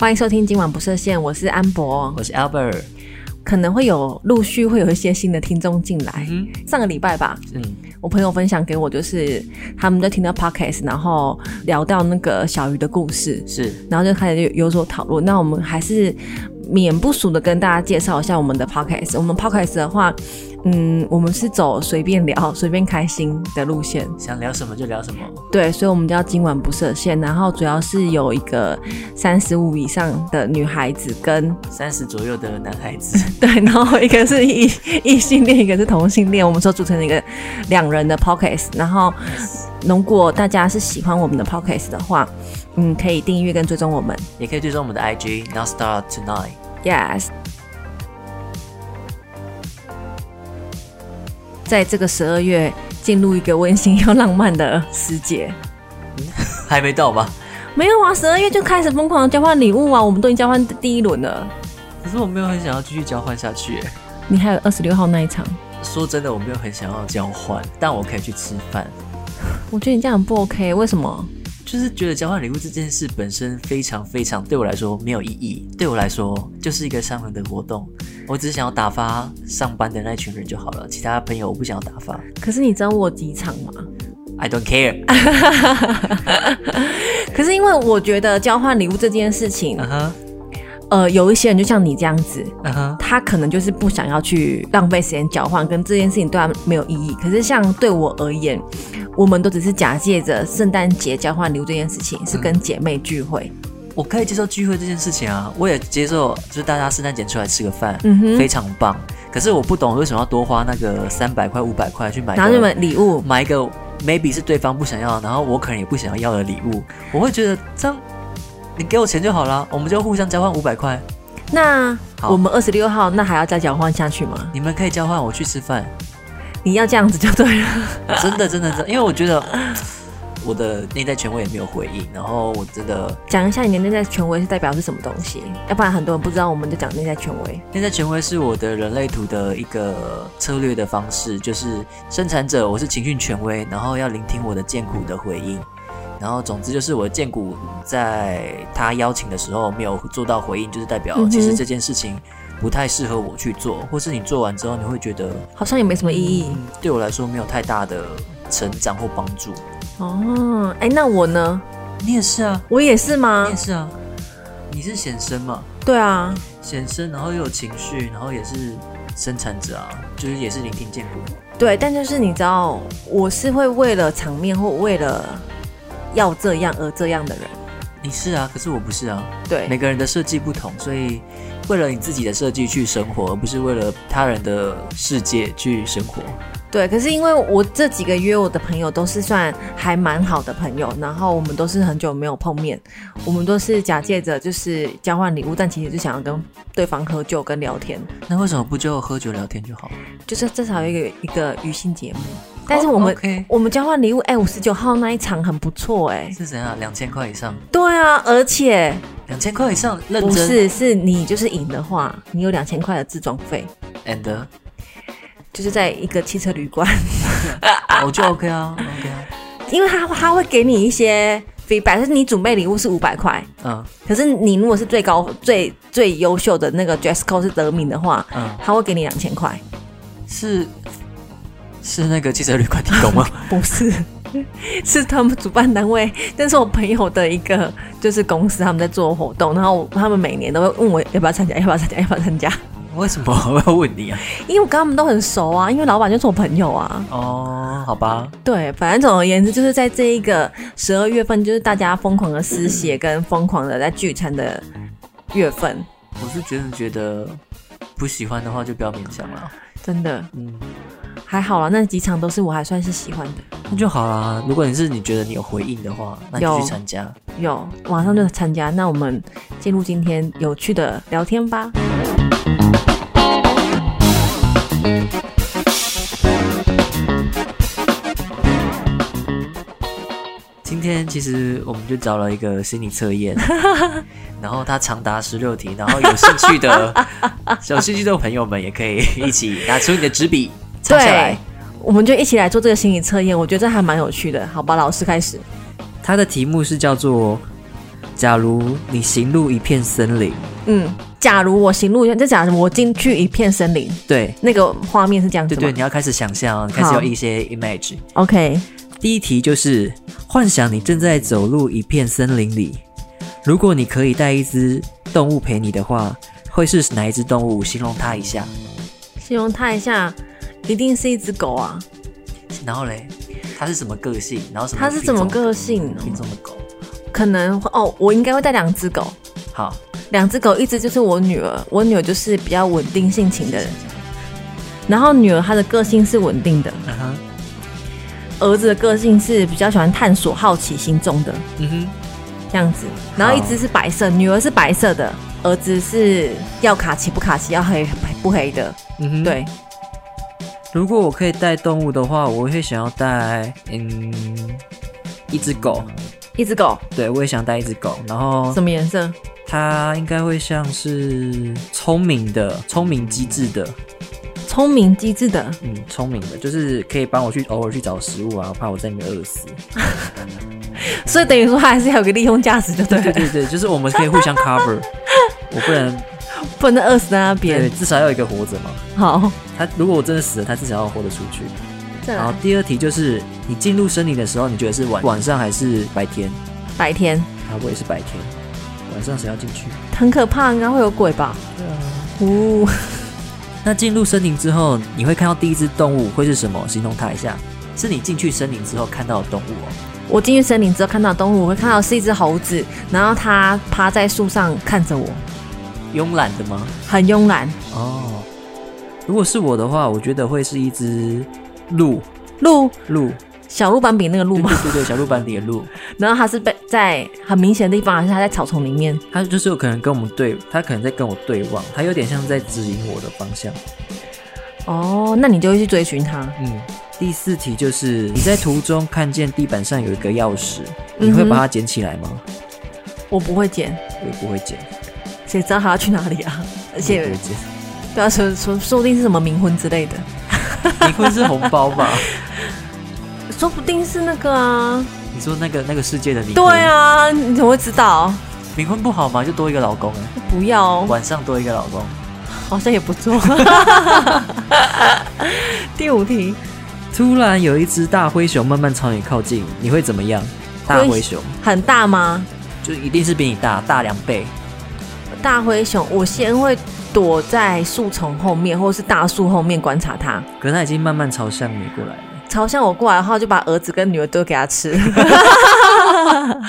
欢迎收听今晚不设限，我是安博。我是 Albert。可能会有陆续会有一些新的听众进来。嗯上个礼拜吧，嗯，我朋友分享给我，就是他们在听到 podcast，然后聊到那个小鱼的故事，是然后就开始有有所讨论。那我们还是免不俗的跟大家介绍一下我们的 podcast。我们 podcast 的话，嗯，我们是走随便聊、随便开心的路线，想聊什么就聊什么。对，所以我们叫今晚不设限。然后主要是有一个三十五以上的女孩子跟三十左右的男孩子， 对，然后一个是异异性恋，一个是同性恋，我们所组成的一个两人的 podcast。然后，如果大家是喜欢我们的 podcast 的话，嗯，可以订阅跟追踪我们。也可以追踪我们的 IG Now Start Tonight。 Yes。在这个十二月进入一个温馨又浪漫的时节，还没到吧？没有啊，十二月就开始疯狂的交换礼物啊，我们都已经交换第一轮了。可是我没有很想要继续交换下去。欸你还有二十六号那一场，说真的，我没有很想要交换，但我可以去吃饭。我觉得你这样很不 OK，为什么？就是觉得交换礼物这件事本身非常非常对我来说没有意义，对我来说就是一个商人的活动。我只是想要打发上班的那群人就好了，其他朋友我不想要打发。可是你知道我有几场吗？ I don't care。可是因为我觉得交换礼物这件事情 嗯，哼，呃，有一些人就像你这样子，嗯哼，他可能就是不想要去浪费时间交换，跟这件事情对他没有意义。可是像对我而言，我们都只是假借着圣诞节交换礼物这件事情，是跟姐妹聚会。我可以接受聚会这件事情啊，我也接受，就是大家圣诞节出来吃个饭，嗯哼非常棒。可是我不懂为什么要多花那个三百块、五百块去买然后你个们礼物，买一个 maybe 是对方不想要，然后我可能也不想要要的礼物，我会觉得这样，你给我钱就好啦，我们就互相交换五百块，那好我们二十六号那还要再交换下去吗？你们可以交换，我去 吃饭，你要这样子就对了。真的真的真的因为我觉得我的内在权威也没有回应，然后我真的讲一下你的内在权威是代表是什么东西，要不然很多人不知道，我们就讲内在权威。内在权威是我的人类图的一个策略的方式，就是生产者我是情绪权威，然后要聆听我的剑骨的回应，然后总之就是我的剑骨在他邀请的时候没有做到回应，就是代表嗯哼其实这件事情不太适合我去做，或是你做完之后你会觉得好像也没什么意义。嗯对我来说没有太大的成长或帮助。哦，哎，那我呢？你也是啊，我也是吗你也？是啊，你是显身嘛？对啊，显身，然后又有情绪，然后也是生产者啊，就是也是聆听剑骨。对，但就是你知道，我是会为了场面或为了要这样而这样的人。你是啊，可是我不是啊。每对，个人的设计不同，所以为了你自己的设计去生活，而不是为了他人的世界去生活。对。可是因为我这几个约我的朋友都是算还蛮好的朋友，然后我们都是很久没有碰面，我们都是假借着就是交换礼物，但其实就想要跟对方喝酒跟聊天，那为什么不就喝酒聊天就好？就是至少有一个一个娱性节目。但是我们、 o k 我们交换礼物，哎、5五十九号那一场很不错、哎，是怎样？两千块以上，对啊，而且两千块以上，认不真。是是你就是赢的话，你有两千块的自装费。 and 就是在一个汽车旅馆， 我就 OK 啊，OK 啊，因为他他会给你一些 feedback，就是你准备礼物是五百块，嗯可是你如果是最高最最优秀的那个 dress code 是得名的话，嗯，他会给你两千块， 是是那个汽车旅馆提供吗？ 不是。是他们主办单位，但是我朋友的一个就是公司，他们在做活动，然后他们每年都会问我要不要参加，要不要参加，要不要参加，为什么我要问你啊？因为我跟他们都很熟啊，因为老板就是我朋友啊。哦，好吧，对，反正总而言之，就是在这一个十二月份，就是大家疯狂的撕血跟疯狂的在聚餐的月份，我是真的觉得不喜欢的话就不要勉强了，真的嗯。还好啦。那几场都是我还算是喜欢的，那就好啦。如果你是你觉得你有回应的话，那你有就去参加。有马上就参加。那我们进入今天有趣的聊天吧。今天其实我们就找了一个心理测验， 然后它长达十六题，然后有兴趣的、 有兴趣的朋友们也可以一起拿出你的纸笔抄下来对。，我们就一起来做这个心理测验，我觉得这还蛮有趣的。好吧，老师开始。它的题目是叫做假如你行入一片森林，嗯，假如我行路，就假如我进去一片森林，对那个画面是这样子对吗对，你要开始想象，开始有一些 image。 o k 第一题就是幻想你正在走入一片森林里，如果你可以带一只动物陪你的话，会是哪一只动物？形容它一下。形容它一下，一定是一只狗啊，然后嘞，它是什么个性？然后什么？它是怎么个性？哦品种的狗？可能会哦，我应该会带两只狗，好，两只狗，一只就是我女儿，我女儿就是比较稳定性情的人，然后女儿她的个性是稳定的，嗯哼，儿子的个性是比较喜欢探索、好奇心重的嗯哼，这样子，然后一只是白色，女儿是白色的，儿子是要卡其不卡其，要黑不黑的，嗯哼。对，如果我可以带动物的话，我会想要带嗯一只狗，一只狗对我也想带一只狗。然后什么颜色？它应该会像是聪明的、聪明机智的，聪明机智的，嗯，聪明的，就是可以帮我去偶尔去找食物啊，怕我在里面饿死。所以等于说它还是有个利用价值，就对对了，对对，就是我们可以互相 cover，我不能不能饿死在那对，边。至少要有一个活着嘛。好，他如果我真的死了，他至少要活得出去。再然后来第二题就是，你进入森林的时候，你觉得是晚晚上还是白天？白天啊，我也是白天，晚上谁要进去？很可怕，应该会有鬼吧？呜、 那进入森林之后，你会看到第一只动物会是什么？形容它一下，是你进去森林之后看到的动物哦。我进去森林之后看到动物，我会看到是一只猴子，然后它趴在树上看着我，慵懒的吗？很慵懒。哦，如果是我的话，我觉得会是一只鹿，鹿，鹿，小鹿斑比那个鹿对吗对？对对，小鹿斑比的鹿， 然后它是被在很明显的地方，还是它在草丛里面？它就是有可能跟我们对，它可能在跟我对望，它有点像在指引我的方向。哦，那你就会去追寻它。嗯，第四题就是你在途中看见地板上有一个钥匙，嗯你会把它捡起来吗？我不会捡，我也不会捡，谁知道它要去哪里 啊？而我也且不会捡。对啊，说说说不定是什么冥婚之类的，你会是红包吧？ 说不定是那个啊。你说那个那个世界的冥婚，对，啊，你怎么会知道？冥婚不好吗？就多一个老公啊，不要哦，晚上多一个老公。好像也不错。 第五题，突然有一只大灰熊慢慢朝你靠近，你会怎么样？大灰熊很大吗？就一定是比你大，大两倍。大灰熊，我先会躲在树丛后面，或是大树后面观察它。可是它已经慢慢朝向你过来了，朝向我过来的话，就把儿子跟女儿都给它 吃。哦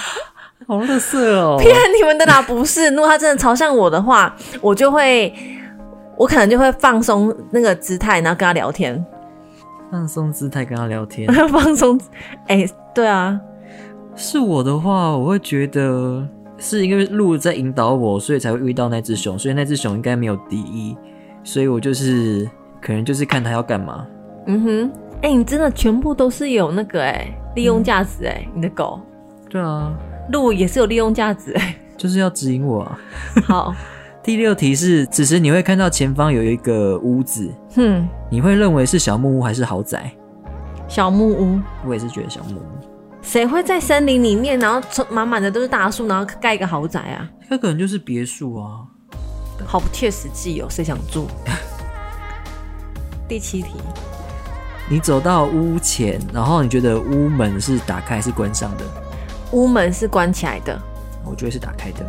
好乐色哦！骗你们的啦，不是。如果它真的朝向我的话，我就会，我可能就会放松那个姿态，然后跟它聊天，放松姿态跟它聊天。 放松。哎、对啊，是我的话，我会觉得是因为鹿在引导我，所以才会遇到那只熊，所以那只熊应该没有敌意，所以我就是可能就是看它要干嘛。嗯哼，哎、你真的全部都是有那个哎、利用价值哎、你的狗对啊，鹿也是有利用价值哎、就是要指引我啊。好，第六题是，此时你会看到前方有一个屋子，哼，你会认为是小木屋还是豪宅？小木屋。我也是觉得小木屋，谁会在森林里面，然后充满满的都是大树，然后盖一个豪宅啊？它可能就是别墅啊。好不切实际哦，谁想住？ 第七题，你走到屋前，然后你觉得屋门是打开还是关上的？屋门是关起来的。我觉得是打开的。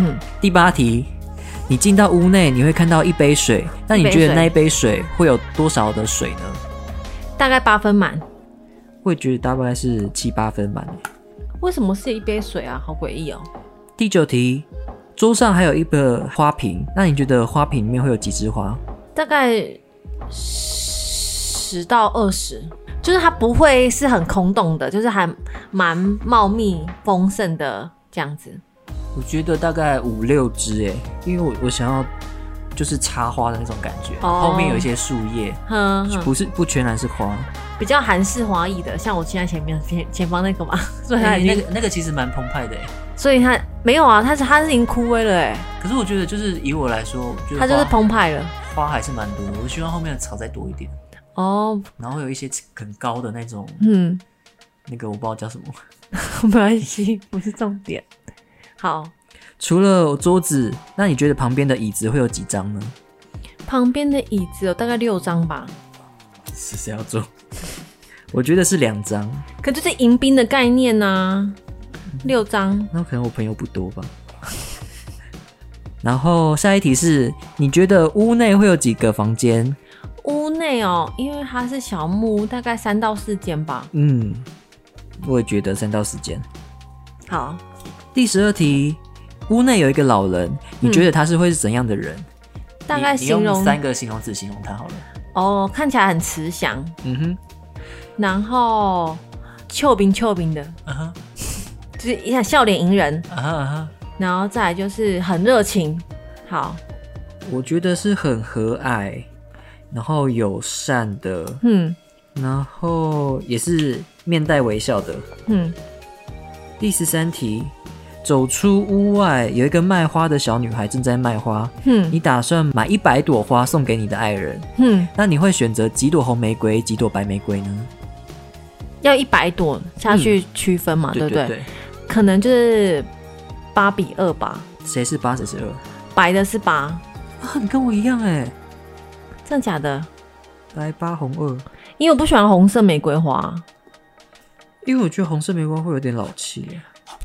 嗯，第八题，你进到屋内，你会看到一杯水，那你觉得那一杯水会有多少的水呢？大概八分满。会觉得大概是七八分满。为什么是一杯水啊？好诡异哦。第九题，桌上还有一个花瓶，那你觉得花瓶里面会有几枝花？大概十到二十，就是它不会是很空洞的，就是还蛮茂密丰盛的这样子。我觉得大概五六枝诶，因为我我想要就是插花的那种感觉，哦嗯后面有一些树叶，哼哼，不是不全然是花。比较韩式华裔的，像我现在前面前前方那个嘛， 所以它哎已经、那个那个其实蛮澎湃的诶，所以它没有啊，它是它是已经枯萎了哎、可是我觉得就是以我来说，我觉得它就是花澎湃了。花还是蛮多的，我希望后面的草再多一点。哦，然后有一些很高的那种，嗯， 那个我不知道叫什么。没关系，不是重点。好，除了桌子，那你觉得旁边的椅子会有几张呢？旁边的椅子有大概六张吧，是谁要做？ 我觉得是两张，可就是迎宾的概念呐、六张那可能我朋友不多吧。然后下一题是，你觉得屋内会有几个房间？屋内哦，因为它是小木屋，大概三到四间吧。嗯，我也觉得三到四间。好，第十二题，屋内有一个老人，你觉得他是会是怎样的人？嗯大概你你形容用三个形容词形容他好了。哦，看起来很慈祥，嗯然后俏饼俏饼的，哼，啊哈就是一下笑脸迎人，啊哈啊哈，然后再来就是很热情。好，我觉得是很和蔼，然后友善的，嗯然后也是面带微笑的。嗯，第十三题，走出屋外，有一个卖花的小女孩正在卖花。哼你打算买一百朵花送给你的爱人，哼，那你会选择几朵红玫瑰，几朵白玫瑰呢？要一百朵下去区分嘛，对不啊对？对，可能就是八比二吧，谁是八，谁是二？白的是八，啊，你跟我一样哎，真的假的？白八红二，因为我不喜欢红色玫瑰花，因为我觉得红色玫瑰会有点老气，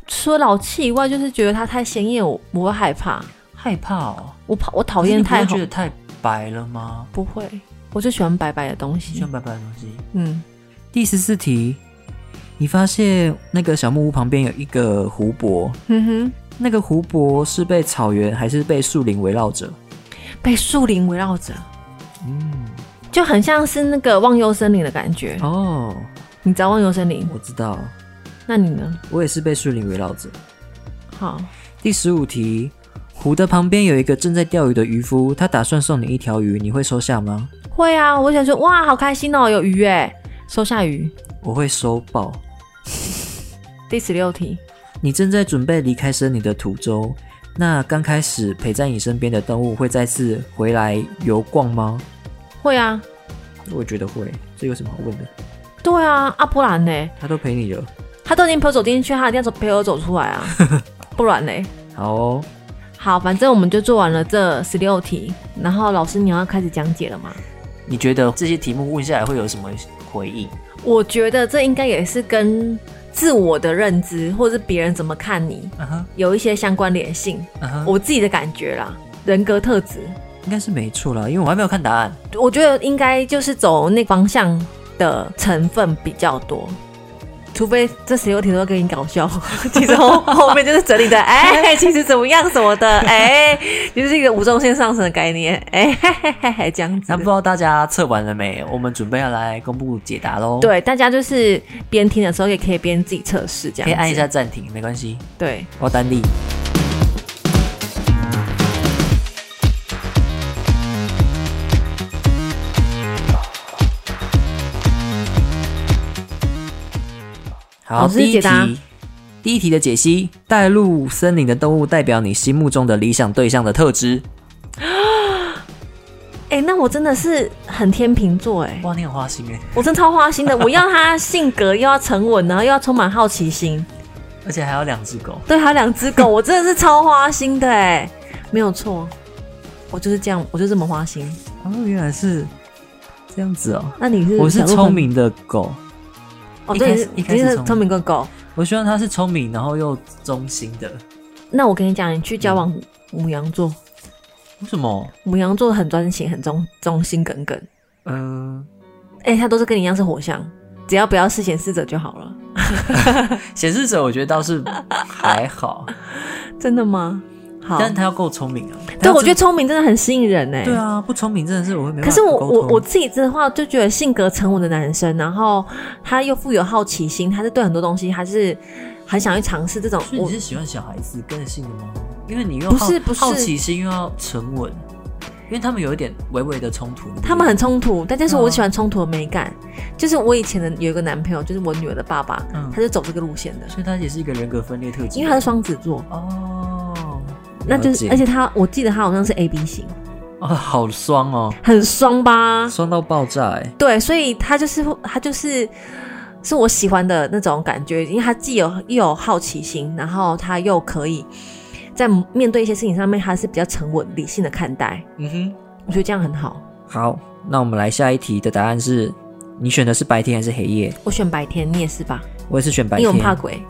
除了老气以外，就是觉得它太鲜艳，我我会害怕，害怕哦。我怕我讨厌太可是你不会红觉，得太白了吗？不会，我就喜欢白白的东喜西欢。白白的东西。嗯，第十四题，你发现那个小木屋旁边有一个湖泊，哼嗯哼，那个湖泊是被草原还是被树林围绕着？被树林围绕着，嗯，就很像是那个忘忧森林的感觉。哦，你知道忘忧森林？我知道，那你呢？我也是被树林围绕着。好，第十五题，湖的旁边有一个正在钓鱼的渔夫，他打算送你一条鱼，你会收下吗？会啊，我想说，哇，好开心哦，有鱼哎，收下鱼。我会收爆。第十六题，你正在准备离开森林的途中，那刚开始陪在你身边的动物会再次回来游逛吗？会啊，我觉得会，这有什么好问的？对啊，啊不然呢？他都陪你了。他都已经陪我走进去，他一定要走陪我走出来啊，不然呢？好哦，好，反正我们就做完了这十六题，然后老师你要开始讲解了吗？你觉得这些题目问下来会有什么回应？我觉得这应该也是跟自我的认知，或是别人怎么看你，嗯哼，有一些相关联性。嗯哼，我自己的感觉啦，人格特质，应该是没错啦，因为我还没有看答案。我觉得应该就是走那方向的成分比较多。除非这十六题都给你搞笑， 其实后后面就是整理的，哎、 其实怎么样什么的，哎、就是一个无中线上升的概念，哎、嘿嘿嘿嘿，这样子。那不知道大家测完了没？我们准备要来公布解答喽。，对，大家就是边听的时候也可以边自己测试，这样可以按一子下。暂停，没关系。对，我丹力。好，老师第一解答题，第一题的解析：带入森林的动物代表你心目中的理想对象的特质。哎、那我真的是很天秤座哎，哇，你很花心哎，我真超花心的。我要他性格又要沉稳，然后又要充满好奇心。而且还有两只狗。对，还有两只 狗，我真的是超花心的哎，没有错，我就是这样，我就这么花心。哦，原来是这样子哦。那你是我是小鹿聪分明的狗，哦，一对，开你始是一你开始是聪聪明个狗。我希望它是聪明，然后又忠心的。那我跟你讲，你去交往嗯母羊座，为什么？母羊座很专情，很忠忠心耿耿。嗯、哎、他都是跟你一样是火象，只要不要是显示者就好了。显示者我觉得倒是还好，真的吗？ 好，但是他要够聪明啊。对，我觉得聪明真的很吸引人哎、对啊，不聪明真的是我会没办可法是我沟我通我自己的话，就觉得性格沉稳的男生，然后他又富有好奇心，他是对很多东西，还是很想去尝试这种。所以你我是喜欢小孩子个性的吗？因为你又不好是不是好奇心又要沉稳，因为他们有一点微微的冲突。他们很冲突，但就是嗯我喜欢冲突的美感。就是我以前的有一个男朋友，就是我女儿的爸爸，嗯他就走这个路线的，所以他也是一个人格分裂特质，因为他是双子座，哦，那就是了解而且他我记得他好像是 A B 型，哦，好双哦，很双吧？双到爆炸哎、对，所以他就是他就是是我喜欢的那种感觉，因为他既有又有好奇心，然后他又可以在面对一些事情上面，他是比较沉稳理性的看待，嗯哼，我觉得这样很好。好，那我们来下一题的答案是，你选的是白天还是黑夜？我选白天，你也是吧？我也是选白因为天我。很怕鬼，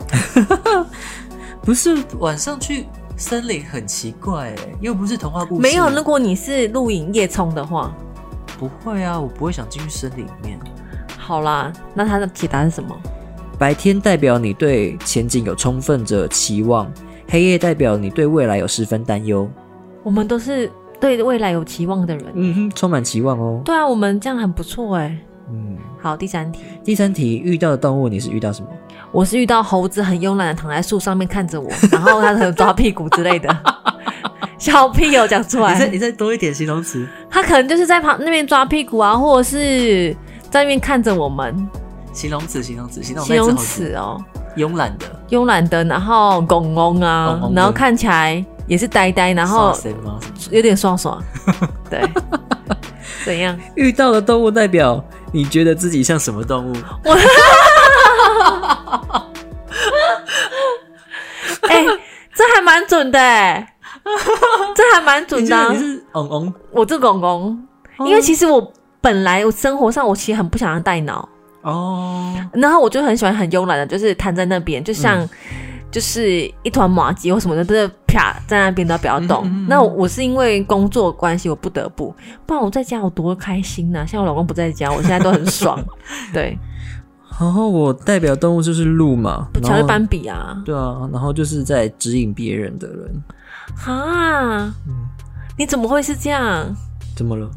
不是晚上去森林很奇怪哎、又不是童话故事，没有。如果你是露营夜冲的话，不会啊，我不会想进去森林里面。好啦，那他的解答是什么？白天代表你对前景有充分的期望，黑夜代表你对未来有十分担忧。我们都是对未来有期望的人。嗯哼，充满期望哦。对啊，我们这样很不错哎、嗯，好，第三题，第三题，遇到的动物你是遇到什么？我是遇到猴子很慵懒的躺在树上面看 着我，然后它可能抓屁股之类的，小屁友讲出你再来，你再多一点形容词，它可能就是在旁那边抓屁股啊，或者是在那边看着我们，形容词，形容词，形容形容，词哦，慵懒的，慵懒的，然后拱拱啊拱拱，的然后看起来也是呆呆，然后谁吗？什么有点爽爽， 对，怎样？遇到的动物代表你觉得自己像什么动物？ 哎、这还蛮准的哎、 这还蛮准你的啊、哦是你是嗯嗯，我这公公，因为其实我本来我生活上我其实很不想要带脑，哦，然后我就很喜欢很慵懒的，就是瘫在那边，就像、就是一团麻鸡或什么的，就是啪在那边都不要动。嗯嗯嗯那我我是因为工作关系，我不得不，不然我在家我多开心呐、像我老公不在家，我现在都很 爽。对，然后我代表动物就是鹿嘛，不巧然会后斑比啊，对啊，然后就是在指引别人的人，哈，你怎么会是这样？怎么了？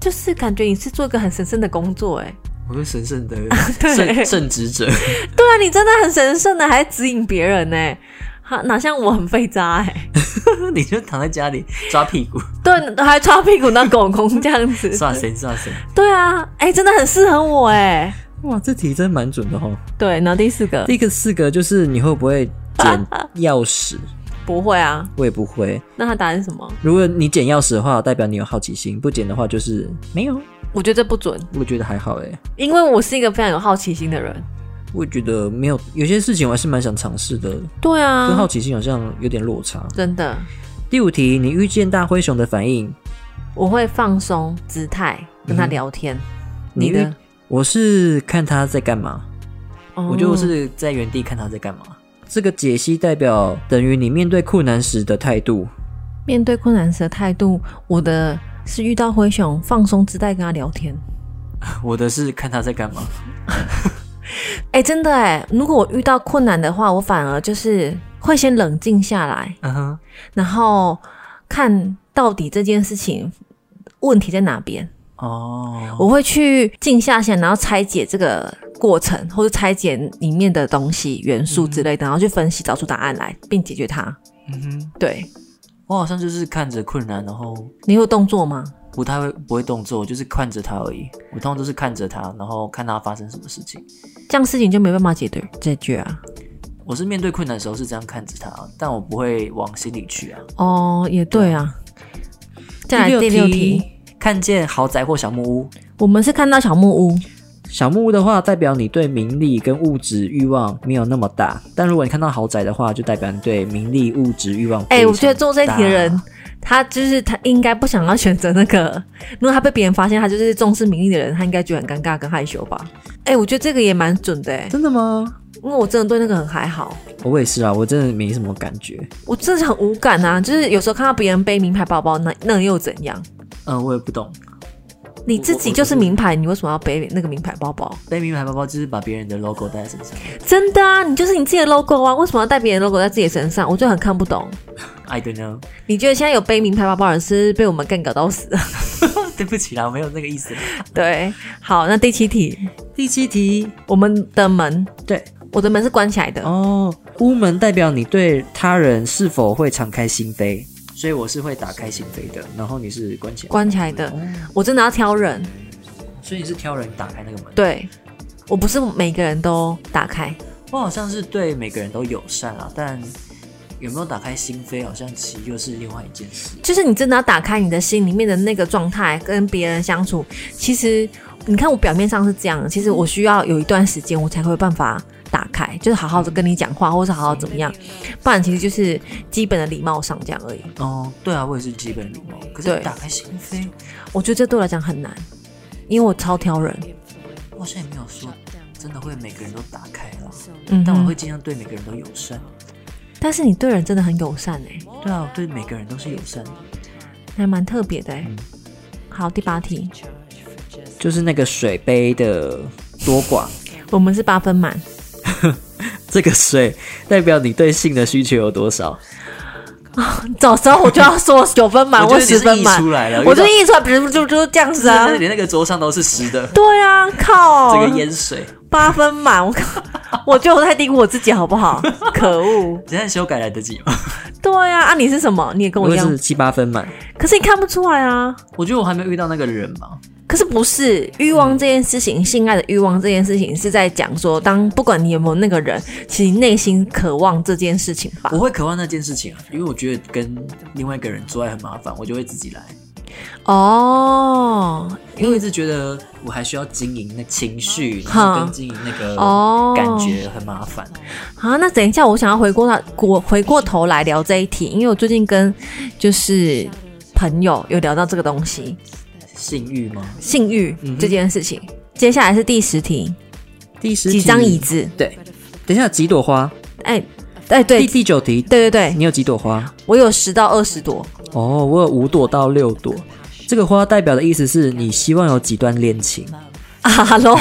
就是感觉你是做一个很神圣的工作、欸，哎，我是神圣的 对圣圣职者， 对啊，你真的很神圣的，还指引别人呢、哈，哪像我很废渣哎、你就躺在家里抓屁股，对，还抓屁股当狗公这样 子，抓谁抓谁。对啊，哎、真的很适合我哎、哇，这题真蛮准的哦。对，然后第四个第一个四个就是你会不会捡钥匙？不会啊，我也不会。那他答案是什么？如果你捡钥匙的话，代表你有好奇心；不捡的话，就是没有。我觉得这不准，我觉得还好诶，因为我是一个非常有好奇心的人。我觉得没有。有些事情我还是蛮想尝试的，对跟好啊，奇心好像有点落差。真的，第五题，你遇见大灰熊的反应，我会放松姿态跟他聊天。嗯你遇的，我是看他在干嘛。哦我就是在原地看他在干嘛。这个解析代表等于你面对困难时的态度。面对困难时的态度，我的是遇到灰熊放松姿态跟他聊天。我的是看他在干嘛，哎、真的哎、如果我遇到困难的话，我反而就是会先冷静下来，嗯哼，然后看到底这件事情问题在哪边。哦，我会去静下心，然后拆解这个过程，或者拆解里面的东西、元素之类的，然后去分析，找出答案来，并解决它。嗯哼，对，我好像就是看着困难，然后你有动作吗？不太会不会动作，我就是看着他而已。我通常都是看着他，然后看他发生什么事情。这样事情就没办法解决解决啊。我是面对困难的时候是这样看着他，但我不会往心里去啊。哦，也对啊。再来啊第六题，，看见豪宅或小木屋，我们是看到小木屋，小木屋的话，代表你对名利跟物质欲望没有那么大；但如果你看到豪宅的话，就代表你对名利、物质欲望。哎、我觉得做这一题的人，他就是他应该不想要选择那个。 如果他被别人发现他就是重视名利的人，他应该觉得很尴尬跟害羞吧？哎、我觉得这个也蛮准的、欸，真的吗？因为我真的对那个很还好，我也是啊，我真的没什么感觉。我真的是很无感啊。就是有时候看到别人背名牌包包，那那又怎样？嗯、我也不懂。你自己就是名牌，你为什么要背那个名牌包包？背名牌包包就是把别人的 logo 带在身上，真的啊，你就是你自己的 logo 啊，为什么要带别人的 logo 在自己身上？我就很看不懂。 I don't know。 你觉得现在有背名牌包包的人是被我们干搞到死？啊对不起啦，我没有那个意思。 对，好，那第七题，第七题，我们的门，对我的门是关起来的。哦，屋门代表你对他人是否会敞开心扉，所以我是会打开心扉的，然后你是关起来，关起来的，我真的要挑人，所以你是挑人打开那个门。对我不是每个人都打开，啊我好像是对每个人都友善啦，但有没有打开心扉，好像其实又是另外一件事。就是你真的要打开你的心里面的那个状态，跟别人相处，其实你看我表面上是这样，其实我需要有一段时间，我才会有办法打开，就是好好的跟你讲话，或是好好怎么样，不然其实就是基本的礼貌上这样而已。哦，对啊，我也是基本礼貌，可是对打开心扉，我觉得这对我来讲很难，因为我超挑人，我好像也没有说真的会每个人都打开了，嗯，但我会，尽量对每个人都友善。但是你对人真的很友善哎、对啊，我对每个人都是友善的。还蛮特别的哎、嗯好，第八题，就是那个水杯的多寡。我们是八分满，这个水代表你对性的需求有多少？早知道我就要 说九分满我觉或得你是十分溢满出来了，我就因为一出来，就就就这样子啊 那，连那个桌上都是 湿的，对啊，靠，哦整个淹水。八分满，我 靠！我觉得我太低估我自己，好不好？可恶！现在修改来得及吗？对啊，啊，你是什么？你也跟我我一样是，七八分满，可是你看不出来啊。我觉得我还没有遇到那个人嘛。可是不是欲望这件事情，嗯性爱的欲望这件事情，是在讲说，当不管你有没有那个人，其实你内心渴望这件事情吧我。会渴望那件事情啊，因为我觉得跟另外一个人做爱很麻烦，我就会自己来，哦因为我一直觉得我还需要经营那情绪，然后跟经营那哦个感觉很麻烦。啊，那等一下，我想要回过来，我回过头来聊这一题，因为我最近跟就是朋友有聊到这个东西，性欲吗？性欲这件事情。接下来是第十题，第十几张椅？子？对，等一下几朵花？哎哎，对第第九题，对对对，嗯你有几朵花？我有十到二十朵，哦，我有五朵到六朵。这个花代表的意思是你希望有几段恋情，啊喽，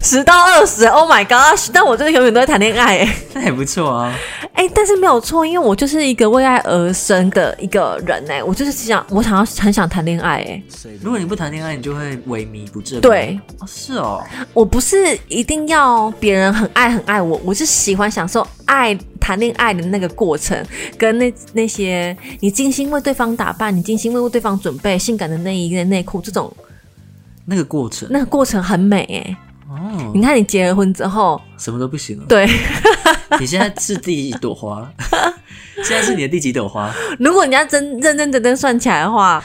十到二十，Oh my gosh！但我真的永远都在谈恋爱、欸，那也不错啊。哎、但是没有错，因为我就是一个为爱而生的一个人、欸，我就是想，我想要很想谈恋爱、欸，如果你不谈恋爱，你就会萎靡不振。对哦，是哦，我不是一定要别人很爱很爱我，我是喜欢享受爱谈恋爱的那个过程，跟那那些你精心为对方打扮，你精心为对方准备性感的内衣跟内裤这种那个过程那个过程很美哎、哦，你看你结了婚之后，什么都不行了。对， 你现在是第几朵花？ 现在是你的第几朵花？如果你要真认认真真算起来的话，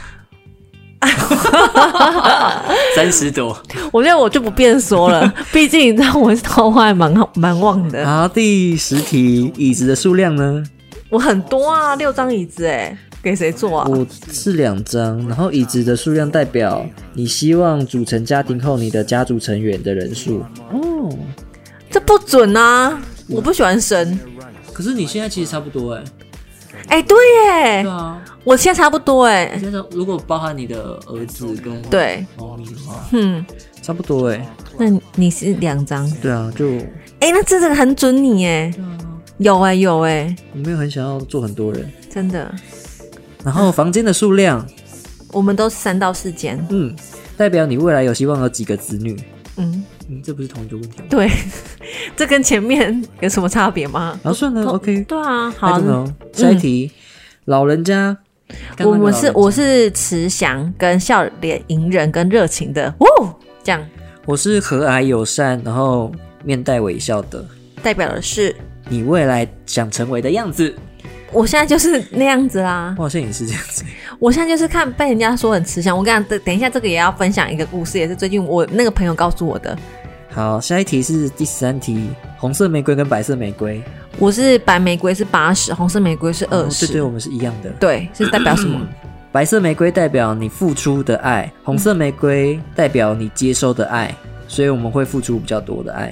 三十朵。我觉得我就不便说了，毕竟你知道我是桃花还蛮好蛮旺的，好，第十题，椅子的数量呢？我很多啊，六张椅子哎、给谁坐啊？我是两张，然后椅子的数量代表你希望组成家庭后你的家族成员的人数。哦，这不准啊！我不喜欢生，可是你现在其实差不多哎、哎、对耶，啊，我现在差不多哎，现在如果包含你的儿子跟对，猫咪的话，嗯，差不多哎。那你是两张，对啊，就哎、那真的很准你哎，有哎有哎，我没有很想要做很多人。真的，然后房间的数量，我们都是三到四间，嗯，代表你未来有希望有几个子女。嗯。嗯，这不是同一个问题吗？对， 这跟前面有什么差别吗？然后算了，OK。对啊，好 I，don't know。下一题，老人家。我刚刚那个们老是人家我是慈祥、跟笑脸隐忍、跟热情的，哦，这样我是和蔼友善，然后面带微笑的。代表的是你未来想成为的样子，我现在就是那样子啦我。好像也是这样子。我现在就是看被人家说很慈祥，我跟你讲，等等一下这个也要分享一个故事，也是最近我那个朋友告诉我的。好，下一题是第十三题，红色玫瑰跟白色玫瑰。我是白玫瑰是八十，红色玫瑰是二哦对对，哦十、我们是一样的。对，是代表什么？白色玫瑰代表你付出的爱，红色玫瑰代表你接收的爱，所以我们会付出比较多的爱。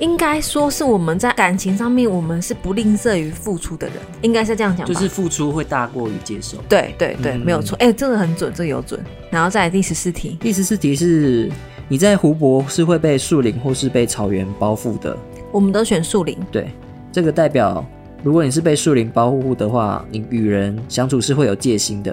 应该说是我们在感情上面，我们是不吝啬于付出的人，应该是这样讲吧。就是付出会大过于接受。对对对，嗯没有错。哎、这个很准，这个有准。然后再来第十四题，第十四题是你在湖泊是会被树林或是被草原包覆的，我们都选树林，对，这个代表如果你是被树林包覆的话，你与人相处是会有戒心的；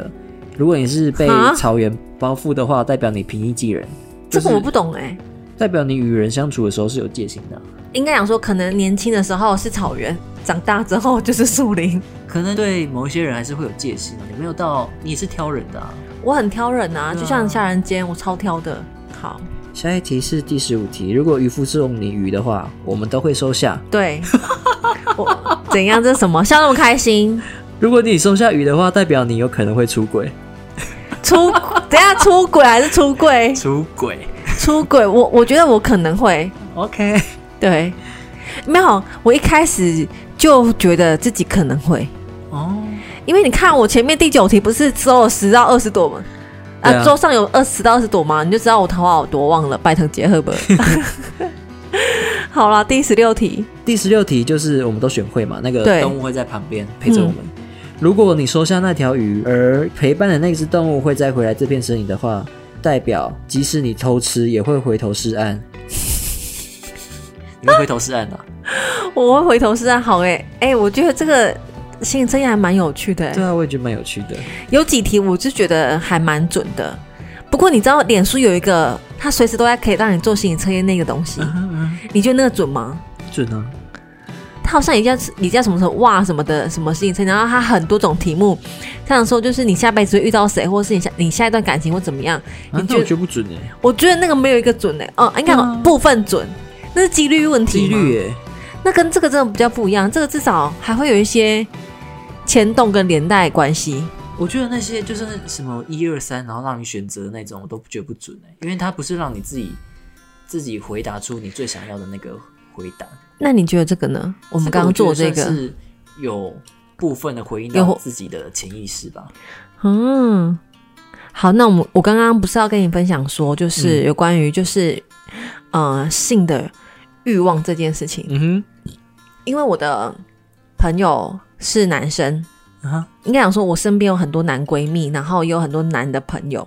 如果你是被啊草原包覆的话，代表你平易近人，这就是个我不懂哎、代表你与人相处的时候是有戒心的啊。应该讲说，可能年轻的时候是草原，长大之后就是树林。可能对某一些人还是会有戒心啊，你没有到，你也是挑人的啊。我很挑人啊，对啊就像下人间，我超挑的。好，下一题是第十五题，如果渔夫送你鱼的话，我们都会收下。对， 我怎样？这是什么？笑那么开心？如果你收下鱼的话，代表你有可能会出轨。出等一下出轨还是出柜？出轨， 出轨，我我觉得我可能会 OK，对，没有，我一开始就觉得自己可能会，哦，因为你看我前面第九题不是只有十到二十朵吗？啊，对啊桌上有二十到二十朵吗？你就知道我桃花有多旺了，拜藤结 合本。好啦，第十六题，第十六题就是我们都选会嘛，那个对动物会在旁边陪着我们。如果你收下那条鱼，而陪伴的那只动物会再回来这片森林的话，代表即使你偷吃，也会回头是岸。你会回头是岸啊的、我会回头是岸。好哎、欸、哎、我觉得这个心理测验还蛮有趣的、欸对啊，我也觉得蛮有趣的。有几题我就觉得还蛮准的。不过你知道，脸书有一个，它随时都在可以让你做心理测验那个东嗯西，你觉得那个准吗？准啊！它好像也叫也叫什么什么哇什么的什么心理测验，然后它很多种题目，这样说就是你下辈子会遇到谁，或是你下你下一段感情会怎么样？啊你那觉我得？觉得不准哎、我觉得那个没有一个准诶、哦，应该有部分准，那是几率问题嗯几吗。率哎、那跟这个真的比较不一样，这个至少还会有一些牵动跟连带关系。我觉得那些就是什么一二三，然后让你选择的那种，我都觉得不准哎、因为它不是让你自己自己回答出你最想要的那个回答。那你觉得这个呢？我们刚刚做这我觉得算个，是有部分的回应有到自己的潜意识吧。嗯，好，那我们我刚刚不是要跟你分享说，嗯就是有关于就是、呃性的欲望这件事情，嗯因为我的朋友是男生，哼啊，应该讲说，我身边有很多男闺蜜，然后也有很多男的朋友，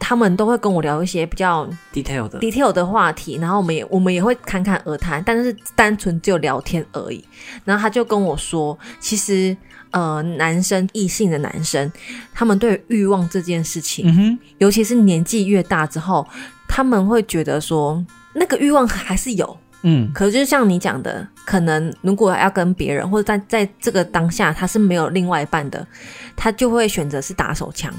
他们都会跟我聊一些比较 detail 的， detail 的话题，然后我们也我们也会侃侃而谈，但是单纯只有聊天而已。然后他就跟我说，其实呃，男生异性的男生，他们对于欲望这件事情，嗯哼，尤其是年纪越大之后，他们会觉得说，那个欲望还是有，嗯可是就像你讲的，可能如果要跟别人，或者在在这个当下他是没有另外一半的，他就会选择是打手枪。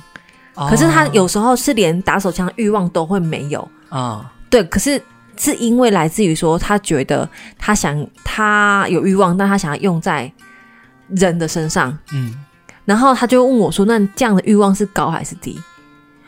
可是哦他有时候是连打手枪的欲望都会没有。啊，对，可是是因为来自于说他觉得他想他有欲望，但他想要用在人的身上，嗯，然后他就问我说：“那这样的欲望是高还是低？”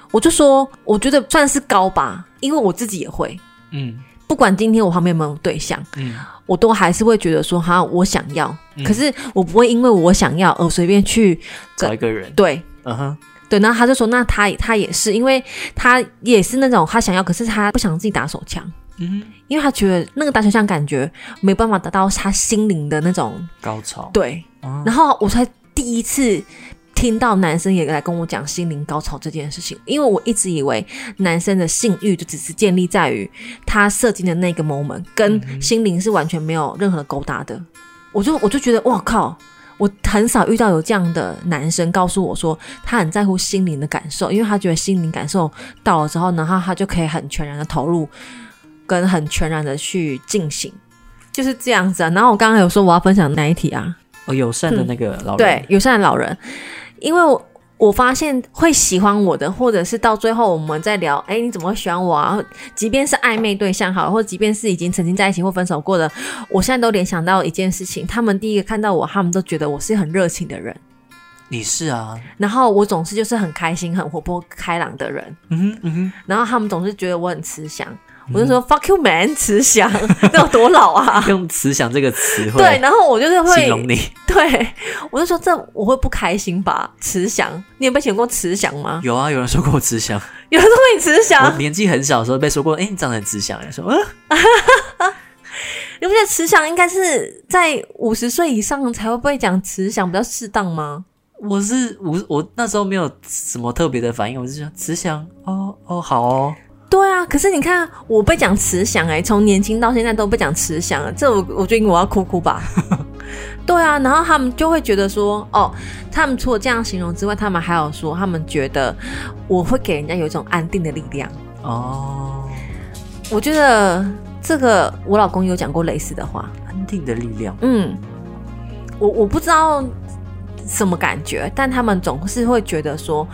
我就说：“我觉得算是高吧，因为我自己也会，嗯不管今天我旁边有没有对象。”嗯我都还是会觉得说，哈，我想要，嗯可是我不会因为我想要而随便去找一个人，对嗯哼，对。然后他就说，那他他也是，因为他也是那种他想要，可是他不想自己打手枪，嗯，因为他觉得那个打手枪感觉没办法达到他心灵的那种高潮，对。啊然后我才第一次听到男生也来跟我讲心灵高潮这件事情，因为我一直以为男生的性欲就只是建立在于他射精的那个 moment，跟心灵是完全没有任何的勾搭的。我就我就觉得，哇靠！我很少遇到有这样的男生告诉我说他很在乎心灵的感受，因为他觉得心灵感受到了之后，然后他就可以很全然的投入，跟很全然的去进行，就是这样子啊。然后我刚刚有说我要分享哪一题啊？哦，友善的那个老对人，，友善的老人，因为我我发现会喜欢我的，或者是到最后我们在聊，哎，你怎么会喜欢我啊？即便是暧昧对象好了，或即便是已经曾经在一起或分手过的，我现在都联想到一件事情，他们第一个看到我，他们都觉得我是很热情的人，你是啊，然后我总是就是很开心、很活泼、开朗的人，嗯哼嗯哼，然后他们总是觉得我很慈祥。我就说 fuck you man，慈祥，那有多老 啊？ 用慈祥这个词汇对，然后我就是会形容你， 对，我就说这我会不开心吧？慈祥，你有被选过慈祥吗？ 有啊，有人说过我慈祥，有人说你慈我祥，年纪很小的时候被说过，哎，你长得很慈祥，哎说，嗯，你不觉得慈祥应该是在五十岁以上才会被讲慈祥比较适当吗？我是我我那时候没有什么特别的反应，我就想慈祥，哦哦好哦，对啊，可是你看我被讲慈祥哎、从年轻到现在都被讲慈祥了，这我我觉得我要哭哭吧。对啊，然后他们就会觉得说，哦，他们除了这样形容之外，他们还有说，他们觉得我会给人家有一种安定的力量。哦，我觉得这个我老公有讲过类似的话，安定的力量，嗯，我我不知道什么感觉，但他们总是会觉得说，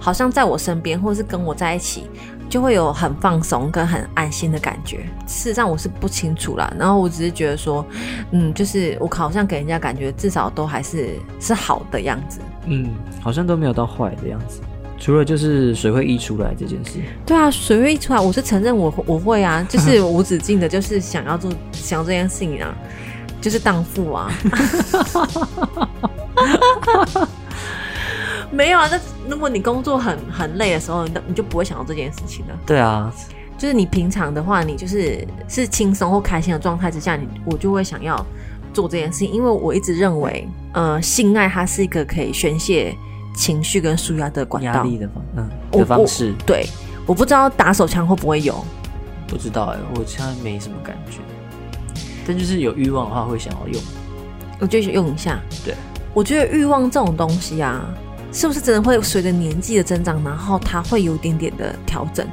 好像在我身边，或是跟我在一起，就会有很放松跟很安心的感觉。事实上我是不清楚啦，然后我只是觉得说，嗯，就是我好像给人家感觉至少都还是是好的样子。嗯，好像都没有到坏的样子，除了就是水会溢出来这件事。对啊，水月一出来，我是承认我我会 啊，就是无止境的，就是想要做想要这件事情啊，就是荡妇 啊。没有啊，那如果你工作很很累的时候，你都你就不会想到这件事情了。对啊，就是你平常的话，你就是是轻松或开心的状态之下，你我就会想要做这件事情，因为我一直认为，呃，性爱它是一个可以宣泄情绪跟舒压的管压道。力的方嗯我的方式，对，我不知道打手枪会不会有，不知道哎、我现在没什么感觉，但就是有欲望的话会想要用。我就用一下。对，我觉得欲望这种东西啊，是不是真的会随着年纪的增长，然后它会有一点点的调整？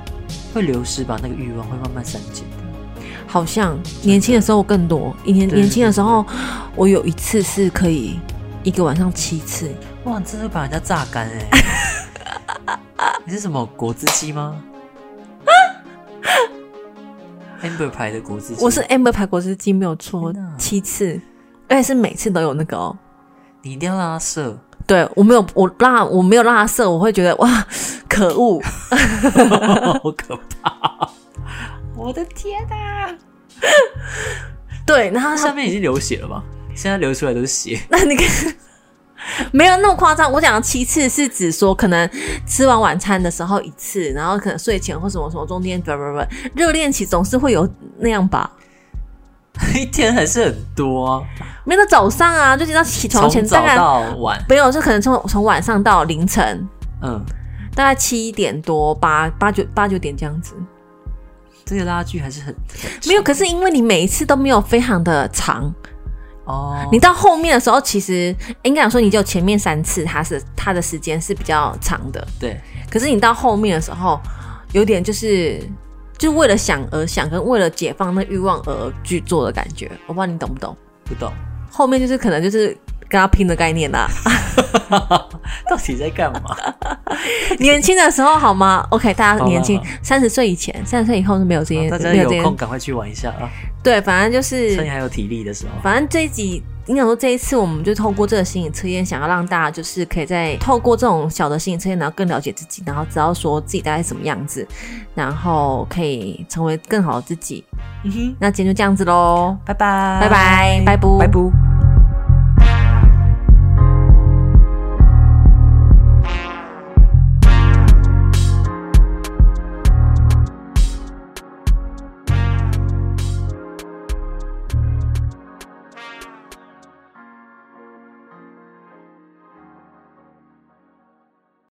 会流失吧，那个欲望会慢慢散尽的。好像年轻的时候更多，以前对年轻的时候，我有一次是可以一个晚上七次，哇，你真的会把人家榨干 哎、你是什么果汁机吗？amber 牌的果汁机，我是 amber 排果汁机没有错天哪，七次，而且是每次都有那个哦。你一定要让他 射，对我没有，我让他我没有让他射，我会觉得哇，可恶！好可怕！我的天啊哪、对，然后那他下面已经流血了吧？现在流出来都是血， 那你看，没有那么夸张。我讲的七次是指说，可能吃完晚餐的时候一次，然后可能睡前或什么什么中间，不不不，热恋期总是会有那样吧。一天还是很多啊。没有到早上啊，就是到起床前从大早概到晚，没有，就可能从从晚上到凌晨，嗯，大概七点多八八九八九点这样子。这个拉锯还是很很没有，可是因为你每一次都没有非常的长，哦。你到后面的时候，其实应该讲说，你就前面三次它是它的时间是比较长的，对可是你到后面的时候，有点就是就是为了想而想，跟为了解放那欲望而去做的感觉，我不知道你懂不懂。不懂后面就是可能就是跟他拼的概念 啦。到底在干 嘛？年轻的时候好吗？OK，大家好啦年轻好啦，三十岁以前，三十岁以后是没有这些大，家没有这些空。赶快去玩一下啊，对，反正就是趁你还有体力的时候。反正这一集，你想说这一次我们就透过这个心理测验，想要让大家就是可以在透过这种小的心理测验，然后更了解自己，然后知道说自己大概是什么样子，然后可以成为更好的自己。嗯哼，那今天就这样子喽，拜拜，拜拜，拜拜。拜拜。